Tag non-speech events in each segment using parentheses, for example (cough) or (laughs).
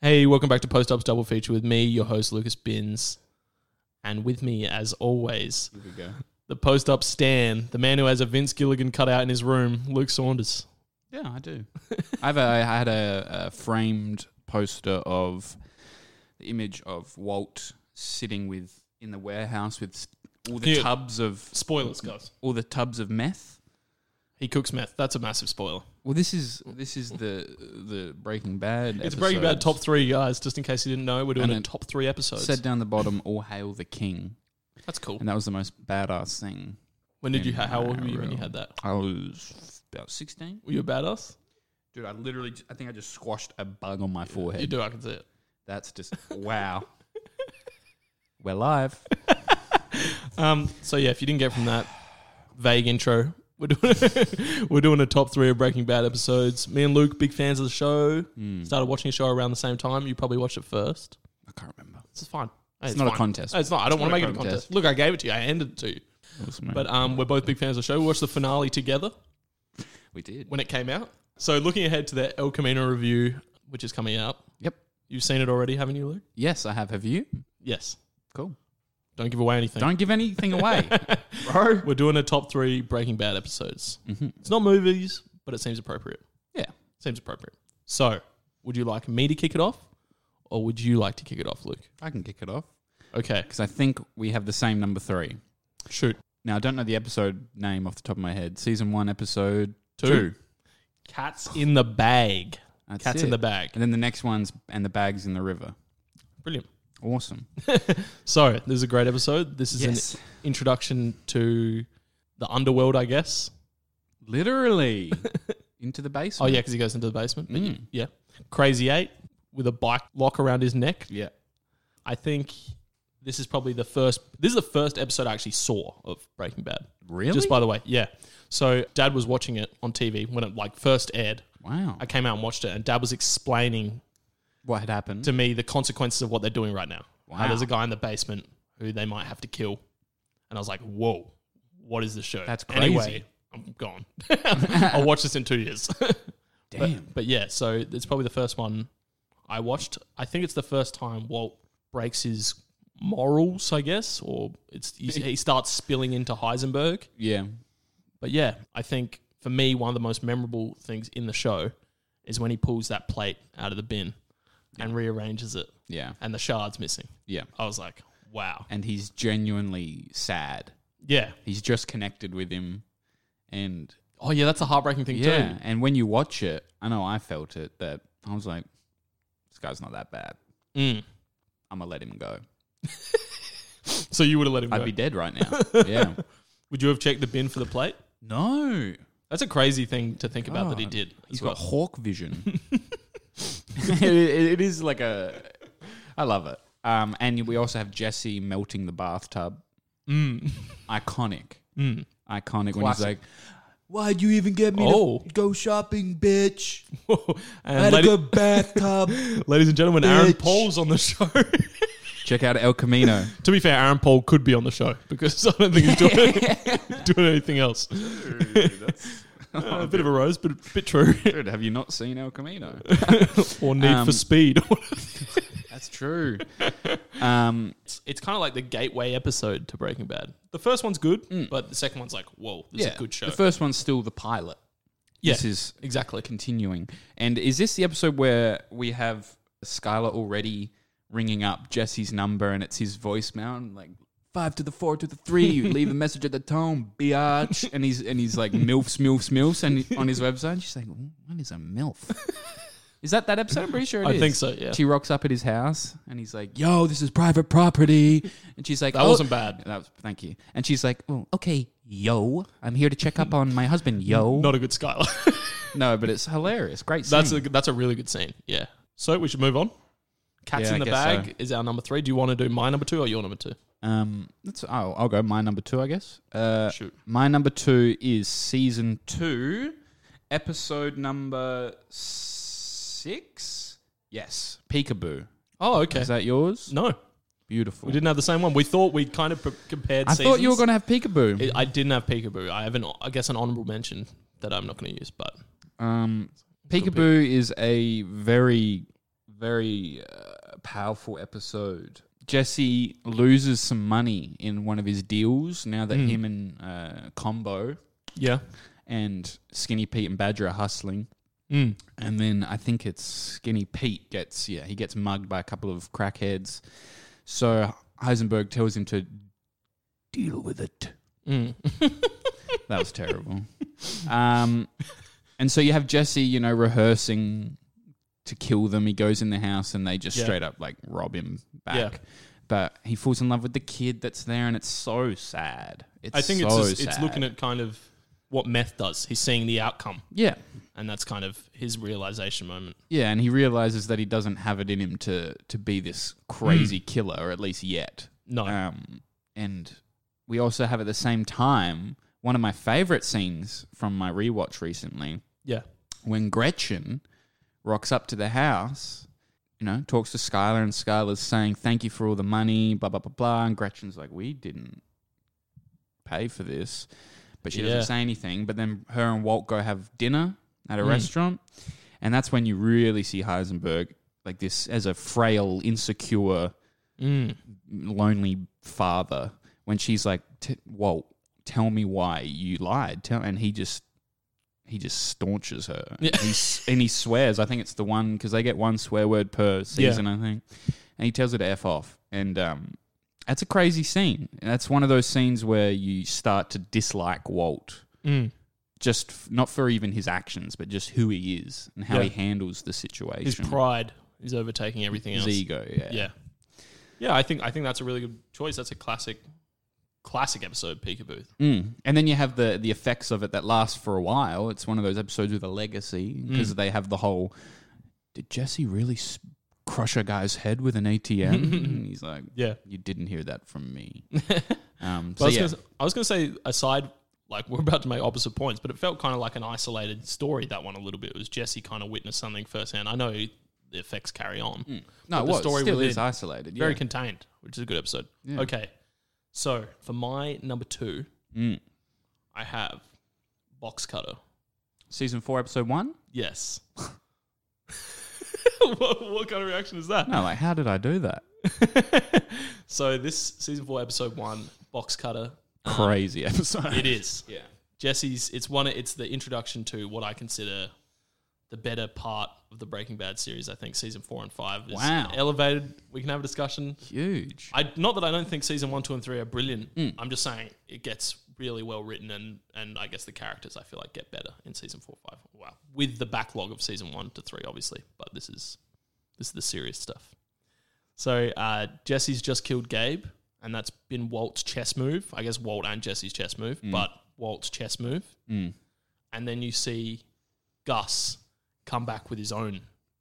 Hey, welcome back to Post Ups Double Feature with me, your host Lucas Binns, and with me, as always, Here we go. the Post Up Stan, the man who has a Vince Gilligan cutout in his room, Luke Saunders. Yeah, I do. I have a, I had a, a framed poster of the image of Walt sitting with in the warehouse with s- all the Yeah. tubs of Spoilers, guys. all the tubs of meth. He cooks meth. That's a massive spoiler. Well, this is this is the the Breaking Bad. It's Breaking Bad top three, guys. Just in case you didn't know, we're doing And a it top three episodes. Said down the bottom, "All hail the king," That's cool. and that was the most badass thing. When did you? ha- How old Yeah, were you when you real. had that? I was about sixteen. Were you a badass? Dude, I literally, j- I think I just squashed a bug on my forehead. You do. I can see it. That's just wow. (laughs) We're live. Um. So yeah, if you didn't get from that vague intro, we're doing we're doing a (laughs) top three of Breaking Bad episodes. Me and Luke, big fans of the show. Hmm. Started watching the show around the same time. You probably watched it first. I can't remember. This is fine. Hey, It's, not a fine. Uh, contest. No, it's not. I don't want to not a make it a contest. contest. Hmm. Look, I gave it to you. I handed it to you. But um, we're both big fans of the show. We watched the finale together we did. when it came out. So looking ahead to the El Camino review, which is coming out. Yep. You've seen it already, haven't you, Luke? Yes, I have. Have you? Yes. Cool. Don't give away anything. Don't give anything away, bro. Mm-hmm. We're doing a top three Breaking Bad episodes. It's not movies, but it seems appropriate. Yeah. Seems appropriate. So, would you like me to kick it off, or would you like to kick it off, Luke? I can kick it off Okay, because I think we have the same number three. shoot. Now I don't know the episode name off the top of my head. Season one, episode Two. two. Cats in the bag. That's Cats it. in the bag. And then the next one's and the bags in the river. Brilliant. Awesome. So, this is a great episode. This is Yes. an introduction to the underworld, I guess. Literally into the Oh, basement. yeah, because he goes into the basement. But Mm. Yeah. Crazy Eight with a bike lock around his neck. Yeah. I think this is probably the first. This is the first episode I actually saw of Breaking Bad. Really? Just by the way, yeah. So Dad was watching it on TV when it like first aired. wow. I came out and watched it, and Dad was explaining what had happened? to me the consequences of what they're doing right now. How Wow. there's a guy in the basement who they might have to kill, and I was like, "Whoa, what is this show?" That's Anyway, I'm gone. (laughs) I'll watch this in two years. (laughs) Damn. But yeah, so it's probably the first one I watched. I think it's the first time Walt breaks his morals, I guess, or it's he, he starts spilling into Heisenberg. yeah. But yeah, I think for me one of the most memorable things in the show is when he pulls that plate out of the bin and rearranges it, Yeah. and the shard's missing. Yeah. I was like, wow, And he's genuinely sad. yeah, He's just connected with him. And oh yeah, that's a heartbreaking thing yeah. too. And when you watch it, I know I felt it that I was like, this guy's not that bad. Mm. I'm going to let him go. So you would have let him I'd go? be dead right (laughs) now. yeah. would you have checked the bin for the plate? No. That's a crazy thing to think about that he God. did. He's as got well. hawk vision. (laughs) it, it is like a. I love it. Um, and we also have Jesse melting the bathtub. Mm. Iconic. Mm. Iconic when he's Classic. like, Why'd you even get (laughs) me Oh. to go shopping, bitch? I (laughs) and had a lady- good bathtub. (laughs) ladies and gentlemen, Aaron Bitch. Paul's on the show. (laughs) Check out El (laughs) Camino. to be fair, Aaron Paul could be on the show because (laughs) I don't think he's (laughs) doing, doing anything else. Uh, (laughs) a bit of a rose, but a bit (laughs) true. Dude, have you not seen El (laughs) Camino? or Need for Um, Speed. (laughs) That's true. Um, it's kind of like the gateway episode to Breaking Bad. The first one's good, but the second one's like, whoa, this is yeah, a good show. The first one's still the pilot. Yeah, This is exactly. continuing. And is this the episode where we have Skylar already ringing up Jesse's number and it's his voicemail and like five to the four to the three, leave (laughs) a message at the tone, biatch. And he's and he's like milfs, milfs, milfs, and on his website she's like, what is (laughs) a milf? Is that that episode? I'm pretty sure it I is. think so, yeah. She rocks up at his house and he's like, "Yo, this is private property," and she's like, That "Oh." wasn't bad. That was thank you. And she's like, "Oh, okay, yo, I'm here to check up on my (laughs) husband, yo." Not a good Skylar. No, but it's hilarious. Great. that's, scene. a, that's a really good scene. Yeah. So we should move on. Cats in Yeah, I the guess Bag is our number three. Do you want to do my number two or your number two? Um, that's I'll, I'll go. My number two, I guess. Uh, Shoot. My number two is season two, episode number six. Yes, Peekaboo. Oh, okay. Is that yours? No. Beautiful. We didn't have the same one. We thought we kind of p- compared. I thought you were seasons. going to have Peekaboo. I I didn't have Peekaboo. I have an, I guess, an honourable mention that I'm not going to use, but um, Peekaboo is a very, very uh, powerful episode. Jesse loses some money in one of his deals now that him and uh, Combo Yeah. and Skinny Pete and Badger are hustling. Mm. And then I think it's Skinny Pete gets yeah he gets mugged by a couple of crackheads. So Heisenberg tells him to deal with it. (laughs) Mm. That was terrible. um, and so you have Jesse, you know, rehearsing to kill them. He goes in the house and they just Yeah. straight up like rob him back. Yeah. But he falls in love with the kid that's there, and it's so sad. It's I think so it's just, it's sad. looking at kind of what meth does. He's seeing the outcome, yeah, and that's kind of his realization moment. yeah, and he realizes that he doesn't have it in him to to be this crazy Hmm. killer, or at least yet. No. Um, and we also have at the same time one of my favorite scenes from my rewatch recently. yeah. when Gretchen rocks up to the house, you know, talks to Skylar, and Skylar's saying, Thank you for all the money, blah, blah, blah, blah. And Gretchen's like, We didn't pay for this. But she Yeah. doesn't say anything. But then her and Walt go have dinner at a Mm. restaurant. And that's when you really see Heisenberg like this as a frail, insecure, Mm. lonely father. When she's like, "T- Walt, tell me why you lied. Tell, and he just he just staunches her. (laughs) Yeah. And, he, s- and he swears. I think it's the one because they get one swear word per season. I think, and he tells her to f off. And um, that's a crazy scene. And that's one of those scenes where you start to dislike Walt, Mm. just f- not for even his actions, but just who he is and how Yeah. he handles the His situation. pride is overtaking everything his else. ego. Yeah. Yeah. Yeah, I think I think that's a really good choice. That's a classic classic episode Peekaboo. Booth. Mm. And then you have the the effects of it that last for a while. It's one of those episodes with a legacy because Mm. they have the whole. Did Jesse really s- crush a guy's head with an ATM? (laughs) and he's like, Yeah. "You didn't hear that from (laughs) me." um, But I, so was yeah, gonna, s- I was gonna say aside like (laughs) we're about to make opposite points, but it felt kind of like an isolated story that one a little bit. It was Jesse kind of witnessed something firsthand. I know the effects carry on. no, it the was. story still within- is isolated. Very Mm, yeah. contained, which is a good episode. Yeah. Okay. So for my number two, Mm. I have Box Cutter. Season four, episode one. Yes. (laughs) what, what kind of reaction is that? No, like how did I (sighs) do that? (laughs) So this season four, episode one, Box Cutter. Crazy episode. It is. yeah. Jesse's. It's one. It's the introduction to what I consider the better part of the Breaking Bad series. I think season four and five is Wow. elevated. We can have a discussion. (laughs) Huge. I not that I don't think season one, two, and three are brilliant. Mm. I'm just saying it gets really well written, and and I guess the characters I feel like get better in season four, five. Wow, with the backlog of season one to three, obviously, but this is this is the serious stuff. So uh, Jesse's just killed Gabe, and that's been Walt's chess move. I guess Walt and Jesse's chess move, but Walt's chess move. Mm. And then you see Gus come back with his own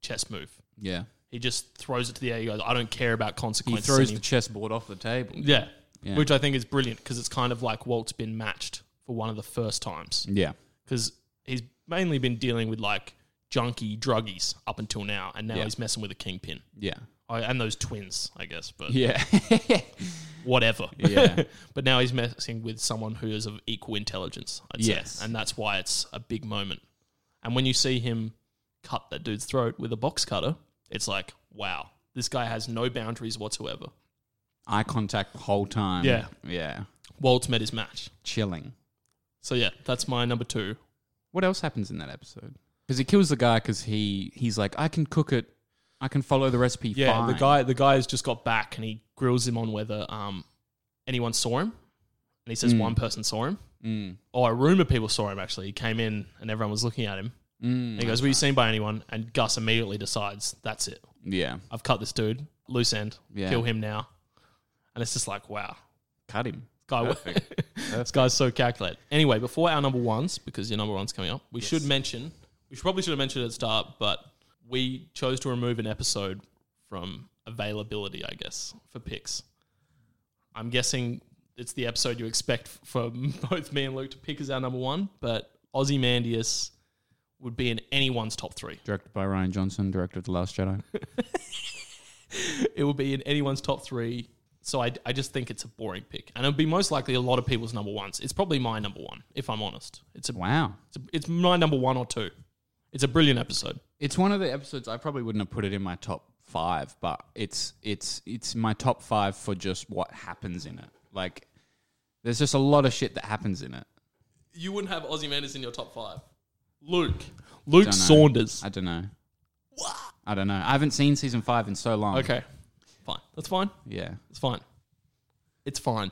chess move. Yeah. He just throws it to the air. He goes, "I don't care about He consequences." throws anymore." the chessboard off the table. Yeah. Yeah. Which I think is brilliant because it's kind of like Walt's been matched for one of the first times Yeah. because he's mainly been dealing with like junky druggies up until now, and now Yeah. he's messing with a kingpin Yeah. I, and those twins, I guess. But Yeah. (laughs) whatever. Yeah. (laughs) but now he's messing with someone who is of equal intelligence. I'd Yes. say, and that's why it's a big moment. And when you see him cut that dude's throat with a box cutter, it's like, wow, this guy has no boundaries whatsoever. Eye contact the whole time. Yeah. Yeah. Walt's met his match. Chilling. So yeah, that's my number two. What else happens in that episode? Because he kills the guy because he he's like, I can cook it, I can follow the recipe. Yeah, fine." the guy the guy's just got back and he grills him on whether um anyone saw him. And he says Mm. one person saw him. Mm, Oh, a rumor people saw him actually. He came in and everyone was looking at him. mm, And he goes, Were you seen by anyone? And Gus immediately decides, That's it. yeah, I've cut this dude. Loose end. Yeah. Kill him now. And it's just like, wow. cut him. Guy, Perfect. (laughs) this guy's so calculated. Anyway, before our number ones, because your number one's coming up, we should mention, we should, probably should have mentioned it at the start, but we chose to remove an episode from availability, I guess, for picks. I'm guessing it's the episode you expect f- for (laughs) both me and Luke to pick as our number one, but Ozymandias would be in anyone's top (laughs) three. Directed by Ryan Johnson, director of The Last (laughs) Jedi. It would be in anyone's top three. So I, I just think it's a boring pick, and it would be most likely a lot of people's number ones. It's probably my number one, if I'm honest. It's a Wow, It's, it's my number one or two. It's a brilliant episode. It's one of the episodes I probably wouldn't have put it in my top five, but it's it's it's my top five for just what happens in it. Like, there's just a lot of shit that happens in it. You wouldn't have Aussie Manders in your top five. Luke. Luke Dunno. Saunders. I don't know. I don't know. I haven't seen season five in so long. Okay. Fine. That's fine. Yeah. It's fine. It's fine.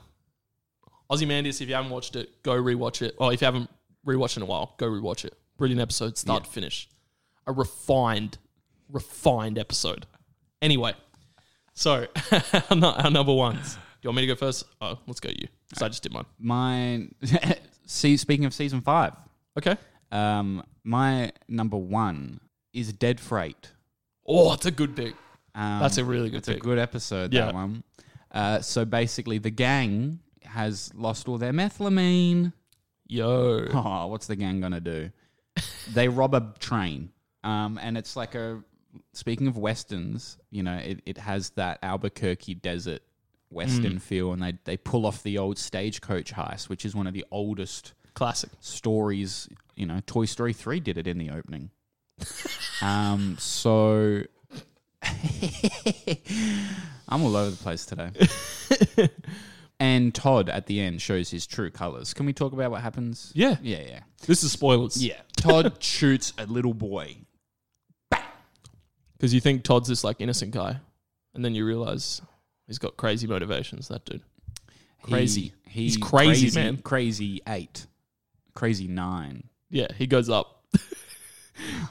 Ozymandias, if you haven't watched it, go rewatch it. Or if you haven't rewatched it in a while, go rewatch it. Brilliant episode, start to finish. A refined, refined episode. Anyway, so (laughs) our nu- our number ones. Do you want me to go first? Oh, let's go you. So I just did mine. Mine. (laughs) see, speaking of season five, Okay. um, my number one is Dead Freight. Oh, it's a good pick. Um, That's a really good It's a pick. good episode. Yeah. That one. Uh, so basically, the gang has lost all their methylamine. (laughs) Yo. Oh, what's the gang (laughs) gonna do? they rob a train, um, and it's like a. Speaking of westerns, you know, it, it has that Albuquerque desert Mm. western feel, and they they pull off the old stagecoach heist, which is one of the oldest Classic. stories. You know, Toy Story three did it in (laughs) the opening. um, so (laughs) I'm all over the (laughs) place today. and Todd at the end shows his true colors. Can we talk about what happens? Yeah. Yeah, yeah, This is spoilers. yeah. Todd (laughs) shoots a little boy. Because you think Todd's this like innocent guy, and then you realize he's got crazy motivations, that dude. Crazy. He, he- He's crazy, man. Crazy eight, crazy nine. Yeah, he goes up. (laughs)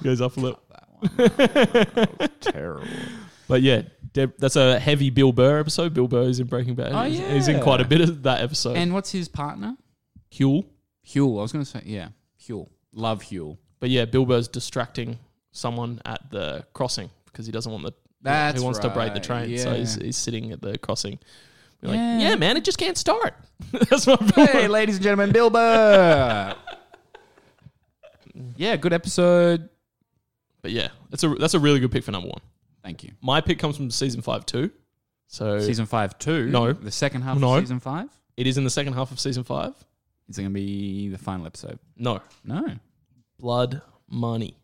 He goes up a little. That one, (laughs) that one was terrible. But yeah, Deb, that's a heavy Bill Burr episode. Bill Burr is in Breaking Bad. Oh, he's, he's in yeah. quite a bit of that episode. And what's his partner? Huel. Huel. I was gonna say yeah, Huel. Love Huel. But yeah, Bill Burr's distracting someone at the crossing because he doesn't want the. That's he wants to break the right, train, so yeah. he's, he's sitting at the crossing. Be Like, Yeah. yeah. man, it just can't start. (laughs) that's what Bill (laughs) Hey, ladies and gentlemen, Bill Burr. yeah, good episode. But yeah, that's a that's a really good pick for number one. Thank you. My pick comes from season five too, so Season five, two. No. the second half No. of season five. it is in the second half of season five. Is it going to be the final episode? No, No. blood money.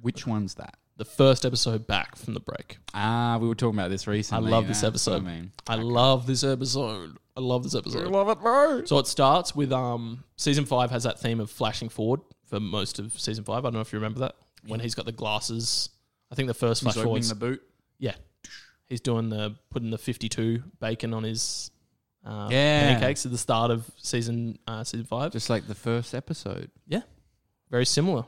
Which one's that? The first episode back from the break. Ah, we were talking about this recently. love this That's what episode. I mean, I love this episode. I love this episode. love it, bro. So it starts with um season five has that theme of flashing forward for most of season five. I don't know if you remember that when he's got the glasses. I think the first flash He's forward. opening the boot. yeah, he's doing the putting the fifty two bacon on his uh, Yeah. pancakes at the start of season uh, season five. Just like the first episode. Very similar.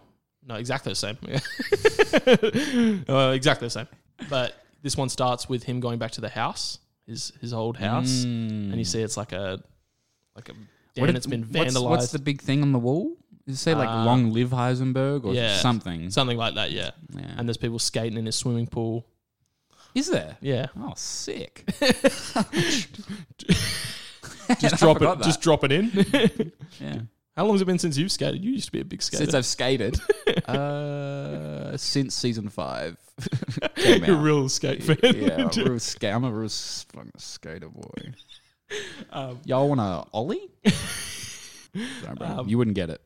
No, exactly the same. (laughs) uh, exactly the same. But this one starts with him going back to the house, his his old house, and you see it's like a like a den Mm. What that's did- been what's- vandalized, What's the big thing on the wall? Does it say like Uh, long live Heisenberg or yeah. something? something like that. Yeah. Yeah. And there's people skating in his swimming (laughs) pool. Is there? Yeah, Oh, (laughs) sick. just I drop it. forgot that. Just drop it in. (laughs) Yeah. How long has it been since you've skated? You used to be a big skater. Since I've skated, (laughs) uh, since season five (laughs) came You're a out. real skate fan. yeah, I'm a real skate. I'm a real s- fucking skater boy. Um, Y'all want to ollie? Sorry, bro. um, you wouldn't get it.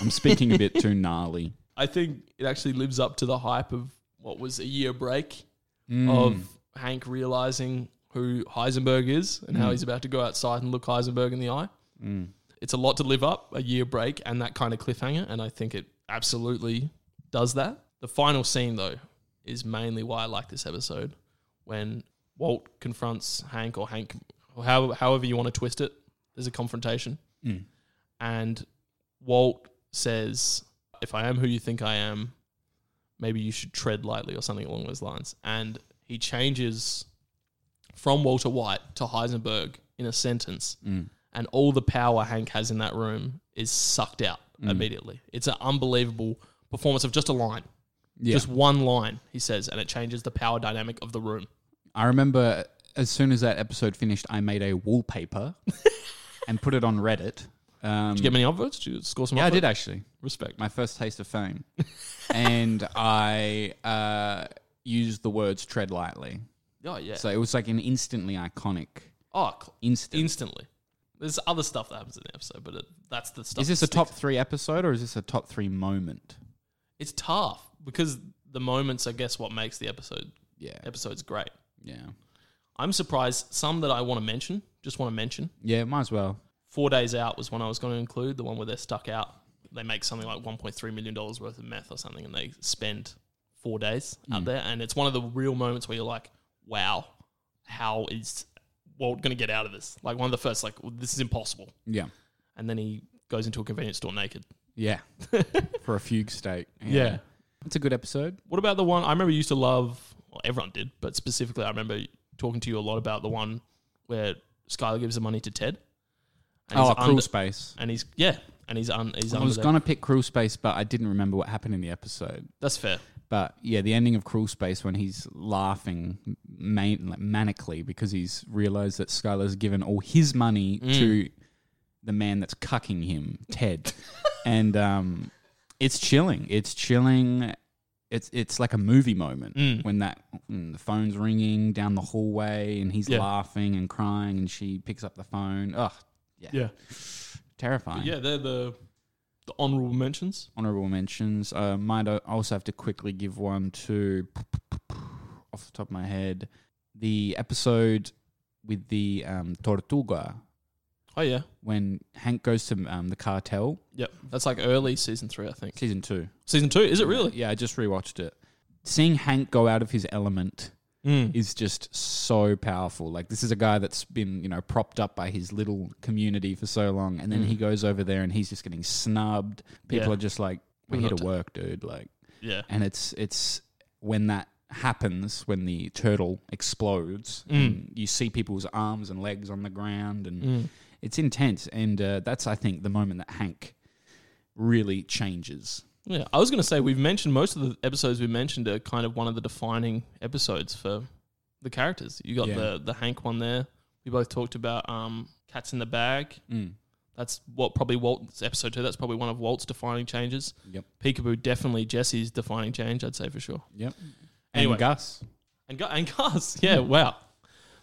I'm speaking a bit too gnarly. I think it actually lives up to the hype of what was a year break of Hank realizing who Heisenberg is and how he's about to go outside and look Heisenberg in the eye. It's a lot to live up, a year break and that kind of cliffhanger, and I think it absolutely does that. The final scene though is mainly why I like this episode when Walt confronts Hank or Hank or how, however you want to twist it, there's a confrontation. And Walt says, If I am who you think I am, maybe you should tread lightly or something along those lines. And he changes from Walter White to Heisenberg in a sentence. Mm. And all the power Hank has in that room is sucked out Mm. immediately. It's an unbelievable performance of just a line. Yeah. Just one line, he says, and it changes the power dynamic of the room. I remember as soon as that episode finished, I made (laughs) a wallpaper and put it on Reddit. Um, Did you get many upvotes? Did you score some yeah, I upvotes? did actually. Respect. my first taste of fame, (laughs) and I uh, used the words "tread lightly." Oh, yeah. So it was like an instantly iconic oh, cl- instant. instantly. There's other stuff that happens in the episode, but it, that's the stuff. is this that a top three episode or is this a top three moment? It's tough because the moments, I guess, what makes the episode Yeah. episodes great. Yeah. I'm surprised some that I want to mention, just want to mention. Yeah, might as well. Four Days Out was one I was going to include, the one where they're stuck out. They make something like $1.3 million worth of meth or something, and they spend four days out there. And it's one of the real moments where you're like, wow, how is Walt going to get out of this? Like, one of the first, like, well, this is impossible. Yeah. And then he goes into a convenience store naked. (laughs) Yeah. For a fugue steak. Yeah. It's a good episode. What about the one I remember you used to love? Well, everyone did, but specifically, I remember talking to you a lot about the one where Skylar gives the money to Ted. And oh, he's Cruel under- Space. and he's yeah, and he's un, he's I under was there. going to pick Cruel Space, but I didn't remember what happened in the episode. That's fair. But yeah, the ending of Cruel Space when he's laughing man- like manically because he's realized that Skylar's given all his money Mm. to the man that's cucking him, (laughs) Ted. and um, it's chilling. It's chilling. It's it's like a movie moment when that mm, the phone's ringing down the hallway and he's Yeah. laughing and crying and she picks up the phone. Oh, yeah, Yeah, terrifying. yeah, they're the the honorable mentions. honorable mentions. Uh, might I also have to quickly give one to, off the top of my head, the episode with the um, Tortuga Oh yeah, when Hank goes to um, the cartel, yep. That's like early season three, I think. season two. Season two, is it really? Yeah, I just rewatched it. Seeing Hank go out of his element Mm. is just so powerful. Like this is a guy that's been, you know, propped up by his little community for so long and then he goes over there and he's just getting snubbed. People Mm. Yeah. are just like we're We're here not to work, dude, like Yeah, and it's it's when that happens when the turtle explodes Mm. and you see people's arms and legs on the ground and it's intense and uh, that's i think the moment that hank really changes yeah. I was going to say we've mentioned most of the episodes we mentioned are kind of one of the defining episodes for the characters. You got Yeah. the the Hank one there. We both talked about um, cats in the bag. That's what probably Walt's episode two. That's probably one of Walt's defining changes. Yep. Peekaboo definitely Jesse's defining change. I'd say for sure. yep Anyway. and gus And, Gu- and Gus, (laughs) yeah, wow.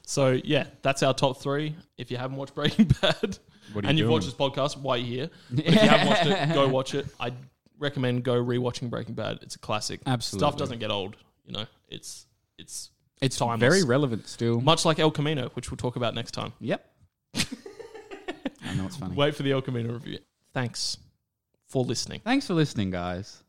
So yeah, that's our top three. If you haven't watched Breaking (laughs) Bad What are you and you've doing? watched this podcast, why are you here? But if you haven't watched it, go watch it. I recommend go rewatching Breaking Bad. It's a classic. Absolutely. stuff doesn't get old. You know, it's it's (laughs) it's timeless. very relevant still much like El Camino, which we'll talk about next time. (laughs) yep i know it's funny Wait for the El Camino review. Thanks for listening. thanks for listening guys